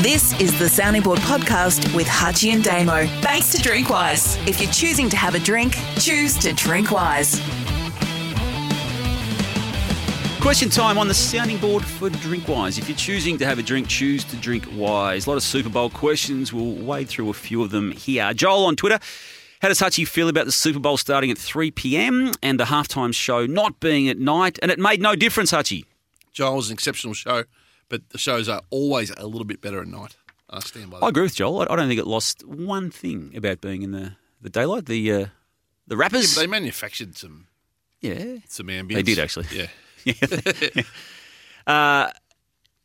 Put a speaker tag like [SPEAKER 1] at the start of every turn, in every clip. [SPEAKER 1] This is the Sounding Board podcast with Hutchie and Damo. Thanks to Drinkwise. If you're choosing to have a drink, choose to drink wise.
[SPEAKER 2] Question time on the sounding board for Drinkwise. If you're choosing to have a drink, choose to drink wise. A lot of Super Bowl questions. We'll wade through a few of them here. Joel on Twitter. How does Hutchie feel about the Super Bowl starting at 3 p.m. and the halftime show not being at night? And it made no difference, Hutchie.
[SPEAKER 3] Joel's an exceptional show, but the shows are always a little bit better at night. I stand by that.
[SPEAKER 2] I agree with Joel. I- I don't think it lost one thing about being in the, the daylight. The uh, the rappers,
[SPEAKER 3] They manufactured some
[SPEAKER 2] yeah,
[SPEAKER 3] some ambience.
[SPEAKER 2] They did actually.
[SPEAKER 3] Yeah.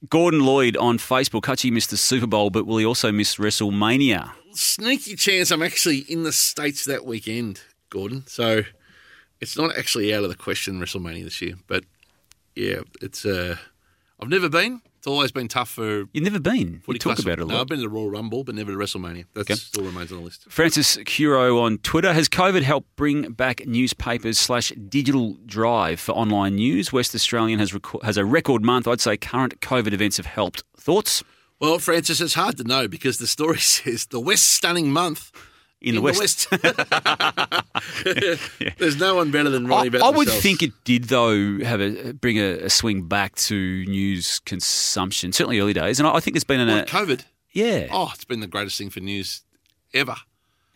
[SPEAKER 2] Gordon Lloyd on Facebook. Hutchie missed the Super Bowl, but will he also miss WrestleMania?
[SPEAKER 3] Sneaky chance I'm actually in the States that weekend, Gordon. So it's not actually out of the question WrestleMania this year. But yeah, it's uh I've never been. It's always been tough for
[SPEAKER 2] You've never been. We
[SPEAKER 3] footy
[SPEAKER 2] talk
[SPEAKER 3] classic-
[SPEAKER 2] about it a
[SPEAKER 3] No, I've
[SPEAKER 2] lot.
[SPEAKER 3] been to the Royal Rumble, but never to WrestleMania. That
[SPEAKER 2] Okay.
[SPEAKER 3] still remains on the list.
[SPEAKER 2] Francis Curo on Twitter. Has COVID helped bring back newspapers slash digital drive for online news? West Australian has, reco- has a record month. I'd say current COVID events have helped. Thoughts?
[SPEAKER 3] Well, Francis, it's hard to know because the story says the West stunning month
[SPEAKER 2] In, the West.
[SPEAKER 3] There's no one better than
[SPEAKER 2] I,
[SPEAKER 3] Ronnie. about
[SPEAKER 2] I would
[SPEAKER 3] themselves.
[SPEAKER 2] think it did, though, have a bring a, a swing back to news consumption, certainly early days. And I, I think there's been an.
[SPEAKER 3] Well,
[SPEAKER 2] uh,
[SPEAKER 3] COVID.
[SPEAKER 2] yeah.
[SPEAKER 3] Oh, it's been the greatest thing for news ever.
[SPEAKER 2] and,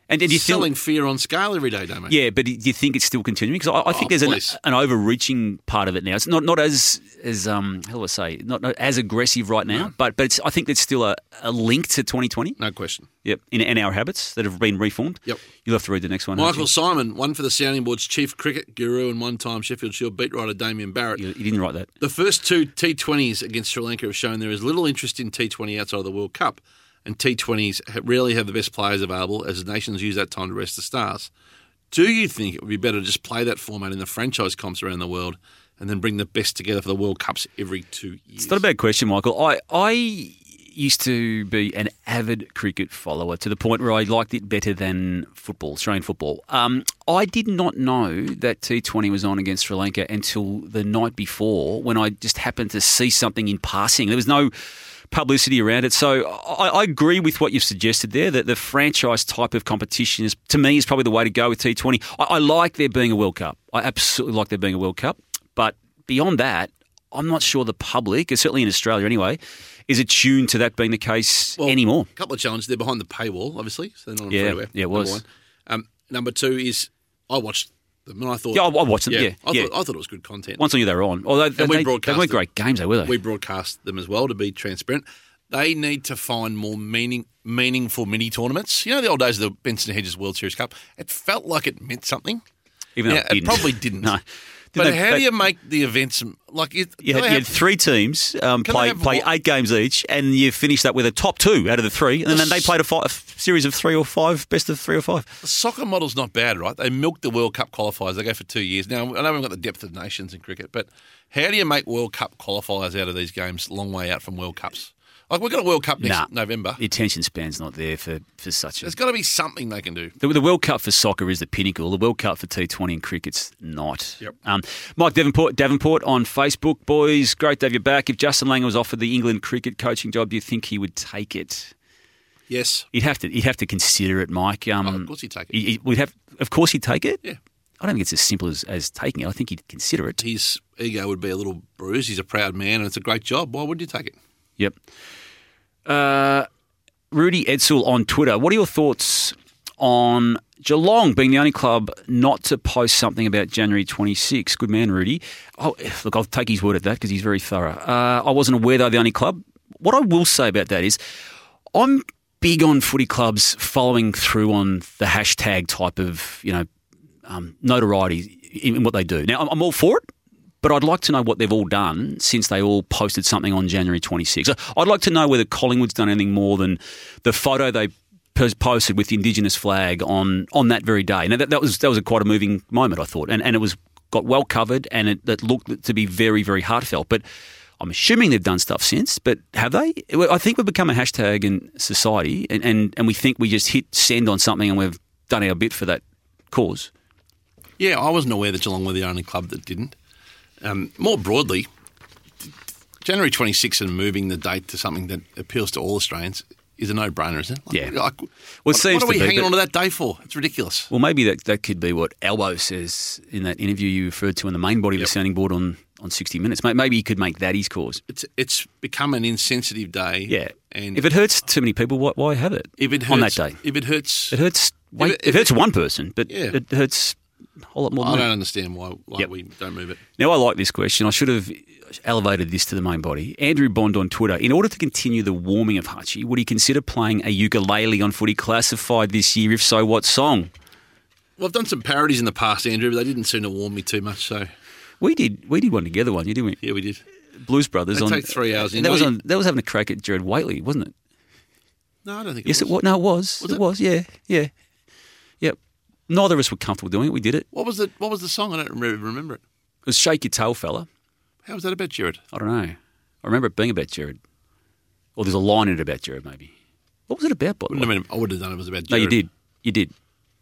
[SPEAKER 2] and do you think-
[SPEAKER 3] selling fear on scale every day, Damo.
[SPEAKER 2] Yeah, but do you think it's still continuing? Because I, I think
[SPEAKER 3] Oh,
[SPEAKER 2] there's an,
[SPEAKER 3] please.
[SPEAKER 2] an overreaching part of it now. It's not not as as um how do I say not, not as aggressive right now, but but it's, I think there's still a, a link to 2020.
[SPEAKER 3] No question.
[SPEAKER 2] Yep, in, in our habits that have been reformed.
[SPEAKER 3] Yep.
[SPEAKER 2] you'll have to read the next one. won't
[SPEAKER 3] Michael Simon, one for the Sounding Board's chief cricket guru and one time Sheffield Shield beat writer Damien Barrett.
[SPEAKER 2] you? you, you didn't write that.
[SPEAKER 3] The first two T20s against Sri Lanka have shown there is little interest in T20 outside of the World Cup, and T20s ha- rarely have the best players available as nations use that time to rest the stars. Do you think it would be better to just play that format in the franchise comps around the world and then bring the best together for the World Cups every two years?
[SPEAKER 2] It's not a bad question, Michael. I I used to be an avid cricket follower to the point where I liked it better than football, Australian football. Um, I did not know that T20 was on against Sri Lanka until the night before when I just happened to see something in passing. There was no publicity around it. So I, I agree with what you've suggested there that the franchise type of competition is, to me, is probably the way to go with T20. I, I like there being a World Cup. I absolutely like there being a World Cup. But beyond that, I'm not sure the public, and certainly in Australia anyway, is attuned to that being the case
[SPEAKER 3] Well,
[SPEAKER 2] anymore.
[SPEAKER 3] A couple of challenges. They're behind the paywall, obviously, so they're not on
[SPEAKER 2] Yeah,
[SPEAKER 3] freeware.
[SPEAKER 2] yeah, it was.
[SPEAKER 3] Number one. Um, number two is I watched them and I thought.
[SPEAKER 2] Yeah, I, I watched them. Yeah,
[SPEAKER 3] I,
[SPEAKER 2] yeah.
[SPEAKER 3] Thought, I thought it was good content.
[SPEAKER 2] Once I knew they were on, although they,
[SPEAKER 3] And we
[SPEAKER 2] they, they
[SPEAKER 3] broadcast
[SPEAKER 2] weren't
[SPEAKER 3] it.
[SPEAKER 2] great games, though, were they?
[SPEAKER 3] we broadcast them as well to be transparent. They need to find more meaning, meaningful mini tournaments. You know, the old days of the Benson Hedges World Series Cup. It felt like it meant something,
[SPEAKER 2] Even though
[SPEAKER 3] Yeah, it
[SPEAKER 2] didn't.
[SPEAKER 3] probably didn't.
[SPEAKER 2] no.
[SPEAKER 3] but
[SPEAKER 2] Didn't they-
[SPEAKER 3] how
[SPEAKER 2] they-
[SPEAKER 3] do you make the events like? It,
[SPEAKER 2] You had,
[SPEAKER 3] they
[SPEAKER 2] you had
[SPEAKER 3] have-
[SPEAKER 2] three teams um,
[SPEAKER 3] Can they
[SPEAKER 2] play
[SPEAKER 3] have
[SPEAKER 2] play
[SPEAKER 3] one-
[SPEAKER 2] eight games each, and you finished up with a top two out of the three, and then they played a, fi- a f- series of three or five, best of three or five.
[SPEAKER 3] The soccer model's not bad, right? They milk the World Cup qualifiers. They go for two years. Now, I know we've got the depth of nations in cricket, but how do you make World Cup qualifiers out of these games long way out from World Cups? Like, we've got a World Cup next
[SPEAKER 2] Nah.
[SPEAKER 3] November.
[SPEAKER 2] The attention span's not there for, for such a.
[SPEAKER 3] There's got to be something they can do.
[SPEAKER 2] The, the World Cup for soccer is the pinnacle. The World Cup for T20 and cricket's not.
[SPEAKER 3] Yep.
[SPEAKER 2] Um, Mike Davenport, Davenport on Facebook, boys, great to have you back. If Justin Langer was offered the England cricket coaching job, do you think he would take it?
[SPEAKER 3] Yes.
[SPEAKER 2] You'd have to, you'd have to consider it, Mike. Um,
[SPEAKER 3] Oh, of course he'd take it.
[SPEAKER 2] he- he- we'd have, of course he'd take it.
[SPEAKER 3] Yeah.
[SPEAKER 2] I don't think it's as simple as, as taking it. I think he'd consider it.
[SPEAKER 3] His ego would be a little bruised. He's a proud man and it's a great job. Why would you take it?
[SPEAKER 2] Yep. Uh, Rudy Edsel on Twitter. What are your thoughts on Geelong being the only club not to post something about January 26? Good man, Rudy. Oh, look, I'll take his word at that because he's very thorough. Uh, I wasn't aware they're the only club. What I will say about that is, I'm big on footy clubs following through on the hashtag type of you know um, notoriety in, in what they do. Now, I'm, I'm all for it, but I'd like to know what they've all done since they all posted something on January 26. I'd like to know whether Collingwood's done anything more than the photo they pos- posted with the Indigenous flag on on that very day. Now, that, that was that was a quite a moving moment, I thought, and and it was got well covered, and it, it looked to be very very heartfelt, but. I'm assuming they've done stuff since, but have they? Well, I think we've become a hashtag in society, and, and, and we think we just hit send on something and we've done our bit for that cause.
[SPEAKER 3] Yeah, I wasn't aware that Geelong were the only club that didn't. Um, more broadly, January 26th and moving the date to something that appeals to all Australians is a no-brainer, isn't it? Like,
[SPEAKER 2] Yeah.
[SPEAKER 3] Like,
[SPEAKER 2] Well, it
[SPEAKER 3] what,
[SPEAKER 2] seems
[SPEAKER 3] what are
[SPEAKER 2] to be,
[SPEAKER 3] we hanging
[SPEAKER 2] but-
[SPEAKER 3] on to that day for? It's ridiculous.
[SPEAKER 2] Well, maybe that, that could be what Elbow says in that interview you referred to in the main body of the sounding board on, on 60 Minutes. May- Maybe he could make that his cause.
[SPEAKER 3] It's it's become an insensitive day.
[SPEAKER 2] Yeah.
[SPEAKER 3] And
[SPEAKER 2] if it hurts too many people, why, why have it,
[SPEAKER 3] if it hurts,
[SPEAKER 2] on that day?
[SPEAKER 3] If it hurts,
[SPEAKER 2] It hurts. Wait,
[SPEAKER 3] it-
[SPEAKER 2] it,
[SPEAKER 3] if
[SPEAKER 2] hurts one person, but
[SPEAKER 3] Yeah.
[SPEAKER 2] it hurts a whole lot more.
[SPEAKER 3] I
[SPEAKER 2] Than
[SPEAKER 3] don't
[SPEAKER 2] that.
[SPEAKER 3] understand why, why
[SPEAKER 2] Yep.
[SPEAKER 3] we don't move it.
[SPEAKER 2] Now, I like this question. I should have elevated this to the main body. Andrew Bond on Twitter. In order to continue the warming of Hutchie, would he consider playing a ukulele on Footy Classified this year? If so, what song?
[SPEAKER 3] Well, I've done some parodies in the past, Andrew, but they didn't seem to warm me too much. So
[SPEAKER 2] We did. We did one together, one you didn't we?
[SPEAKER 3] yeah, we did.
[SPEAKER 2] Blues Brothers.
[SPEAKER 3] They
[SPEAKER 2] on,
[SPEAKER 3] take three hours. You
[SPEAKER 2] That
[SPEAKER 3] know
[SPEAKER 2] was
[SPEAKER 3] you-
[SPEAKER 2] on. That was having a crack at Jared Waitley, wasn't it?
[SPEAKER 3] No, I don't think.
[SPEAKER 2] Yes,
[SPEAKER 3] it
[SPEAKER 2] it
[SPEAKER 3] was.
[SPEAKER 2] was. No, it was.
[SPEAKER 3] Was
[SPEAKER 2] it,
[SPEAKER 3] it?
[SPEAKER 2] was. Yeah, yeah, yep. Neither of us were comfortable doing it. We did it.
[SPEAKER 3] What was the What was the song? I don't remember, remember it.
[SPEAKER 2] It was shake your tail, fella.
[SPEAKER 3] How was that about Jared?
[SPEAKER 2] I don't know. I remember it being about Jared. Or there's a line in it about Jared, maybe. What was it about, by the
[SPEAKER 3] Wouldn't
[SPEAKER 2] way?
[SPEAKER 3] have been, I would have done it was about Jared.
[SPEAKER 2] No, you did. You did.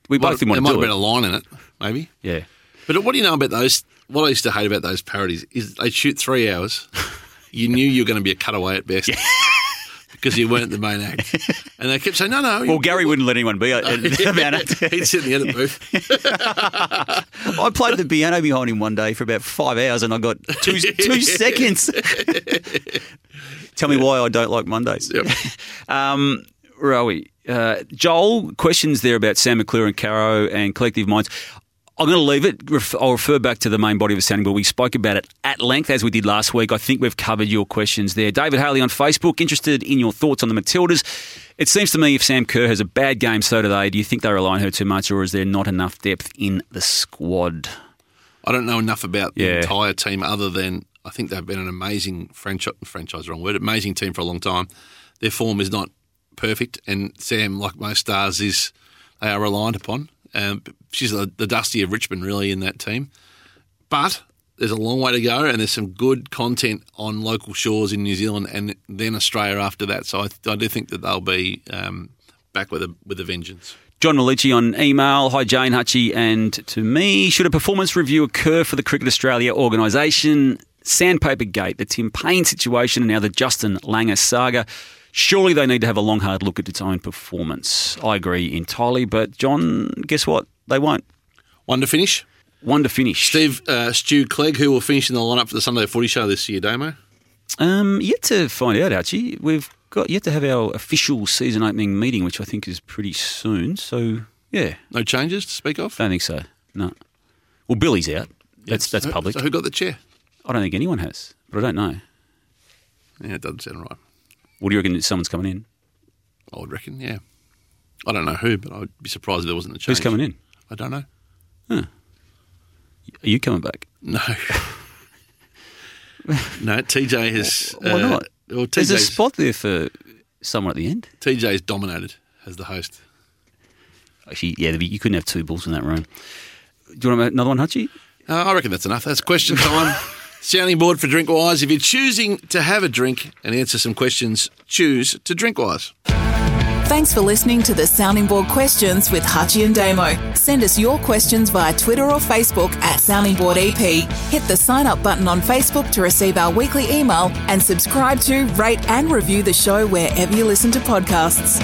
[SPEAKER 2] We
[SPEAKER 3] Might
[SPEAKER 2] both
[SPEAKER 3] have-
[SPEAKER 2] didn't
[SPEAKER 3] there
[SPEAKER 2] want
[SPEAKER 3] might
[SPEAKER 2] to
[SPEAKER 3] have
[SPEAKER 2] do
[SPEAKER 3] been
[SPEAKER 2] it.
[SPEAKER 3] a line in it, maybe.
[SPEAKER 2] yeah.
[SPEAKER 3] But what do you know about those? What I used to hate about those parodies is they shoot three hours. You knew you were going to be a cutaway at best because you weren't the main act, and they kept saying, "No, no."
[SPEAKER 2] Well, Gary wouldn't let anyone be uh, about it.
[SPEAKER 3] He'd sit in the edit booth.
[SPEAKER 2] I played the piano behind him one day for about five hours and I got two, two seconds. Tell me why I don't like Mondays.
[SPEAKER 3] Yep.
[SPEAKER 2] Um, where are we? Uh, Joel, questions there about Sam McClure and Caro and Collective Minds. I'm going to leave it. Ref- I'll refer back to the main body of the sounding board. We spoke about it at length, as we did last week. I think we've covered your questions there. David Haley on Facebook, interested in your thoughts on the Matildas. It seems to me if Sam Kerr has a bad game, so do they. Do you think they rely on her too much, or is there not enough depth in the squad?
[SPEAKER 3] I don't know enough about the
[SPEAKER 2] Yeah.
[SPEAKER 3] entire team other than I think they've been an amazing franchise. Franchise, wrong word. Amazing team for a long time. Their form is not perfect, and Sam, like most stars, is they are reliant upon. Um, she's the, the dusty of Richmond, really, in that team. But there's a long way to go, and there's some good content on local shores in New Zealand, and then Australia after that. So I, I do think that they'll be um, back with a with a vengeance.
[SPEAKER 2] John Malucci on email. Hi, Jane, Hutchie, and to me. Should a performance review occur for the Cricket Australia organisation? Sandpaper Gate, the Tim Payne situation, and now the Justin Langer saga. Surely they need to have a long, hard look at its own performance. I agree entirely, but John, guess what? They won't.
[SPEAKER 3] One to finish.
[SPEAKER 2] One to finish.
[SPEAKER 3] Steve uh, Stu Clegg, who will finish in the lineup for the Sunday Footy Show this year, Damo.
[SPEAKER 2] Um, yet to find out, Archie. We've got yet to have our official season opening meeting, which I think is pretty soon. So, yeah,
[SPEAKER 3] No changes to speak of.
[SPEAKER 2] don't think so. No. Well, Billy's out. That's that's
[SPEAKER 3] So-
[SPEAKER 2] public.
[SPEAKER 3] So who got the chair?
[SPEAKER 2] I don't think anyone has, but I don't know.
[SPEAKER 3] Yeah, it doesn't sound right.
[SPEAKER 2] What do you reckon? that Someone's coming in.
[SPEAKER 3] I would reckon. Yeah, I don't know who, but I'd be surprised if there wasn't a change.
[SPEAKER 2] Who's coming in?
[SPEAKER 3] I don't know.
[SPEAKER 2] Are you coming back?
[SPEAKER 3] No. no, TJ has.
[SPEAKER 2] Why not?
[SPEAKER 3] Uh, Well,
[SPEAKER 2] There's a
[SPEAKER 3] TJ's,
[SPEAKER 2] spot there for someone at the end.
[SPEAKER 3] TJ's dominated as the host.
[SPEAKER 2] Actually, yeah, there'd be- you couldn't have two balls in that room. Do you want another one, Hutchie?
[SPEAKER 3] Uh, I reckon that's enough. That's question time. Sounding board for Drinkwise. If you're choosing to have a drink and answer some questions, choose to Drinkwise.
[SPEAKER 1] Thanks for listening to the Sounding Board Questions with Hutchie and Damo. Send us your questions via Twitter or Facebook at Sounding Board EP. Hit the sign up button on Facebook to receive our weekly email and subscribe to, rate, and review the show wherever you listen to podcasts.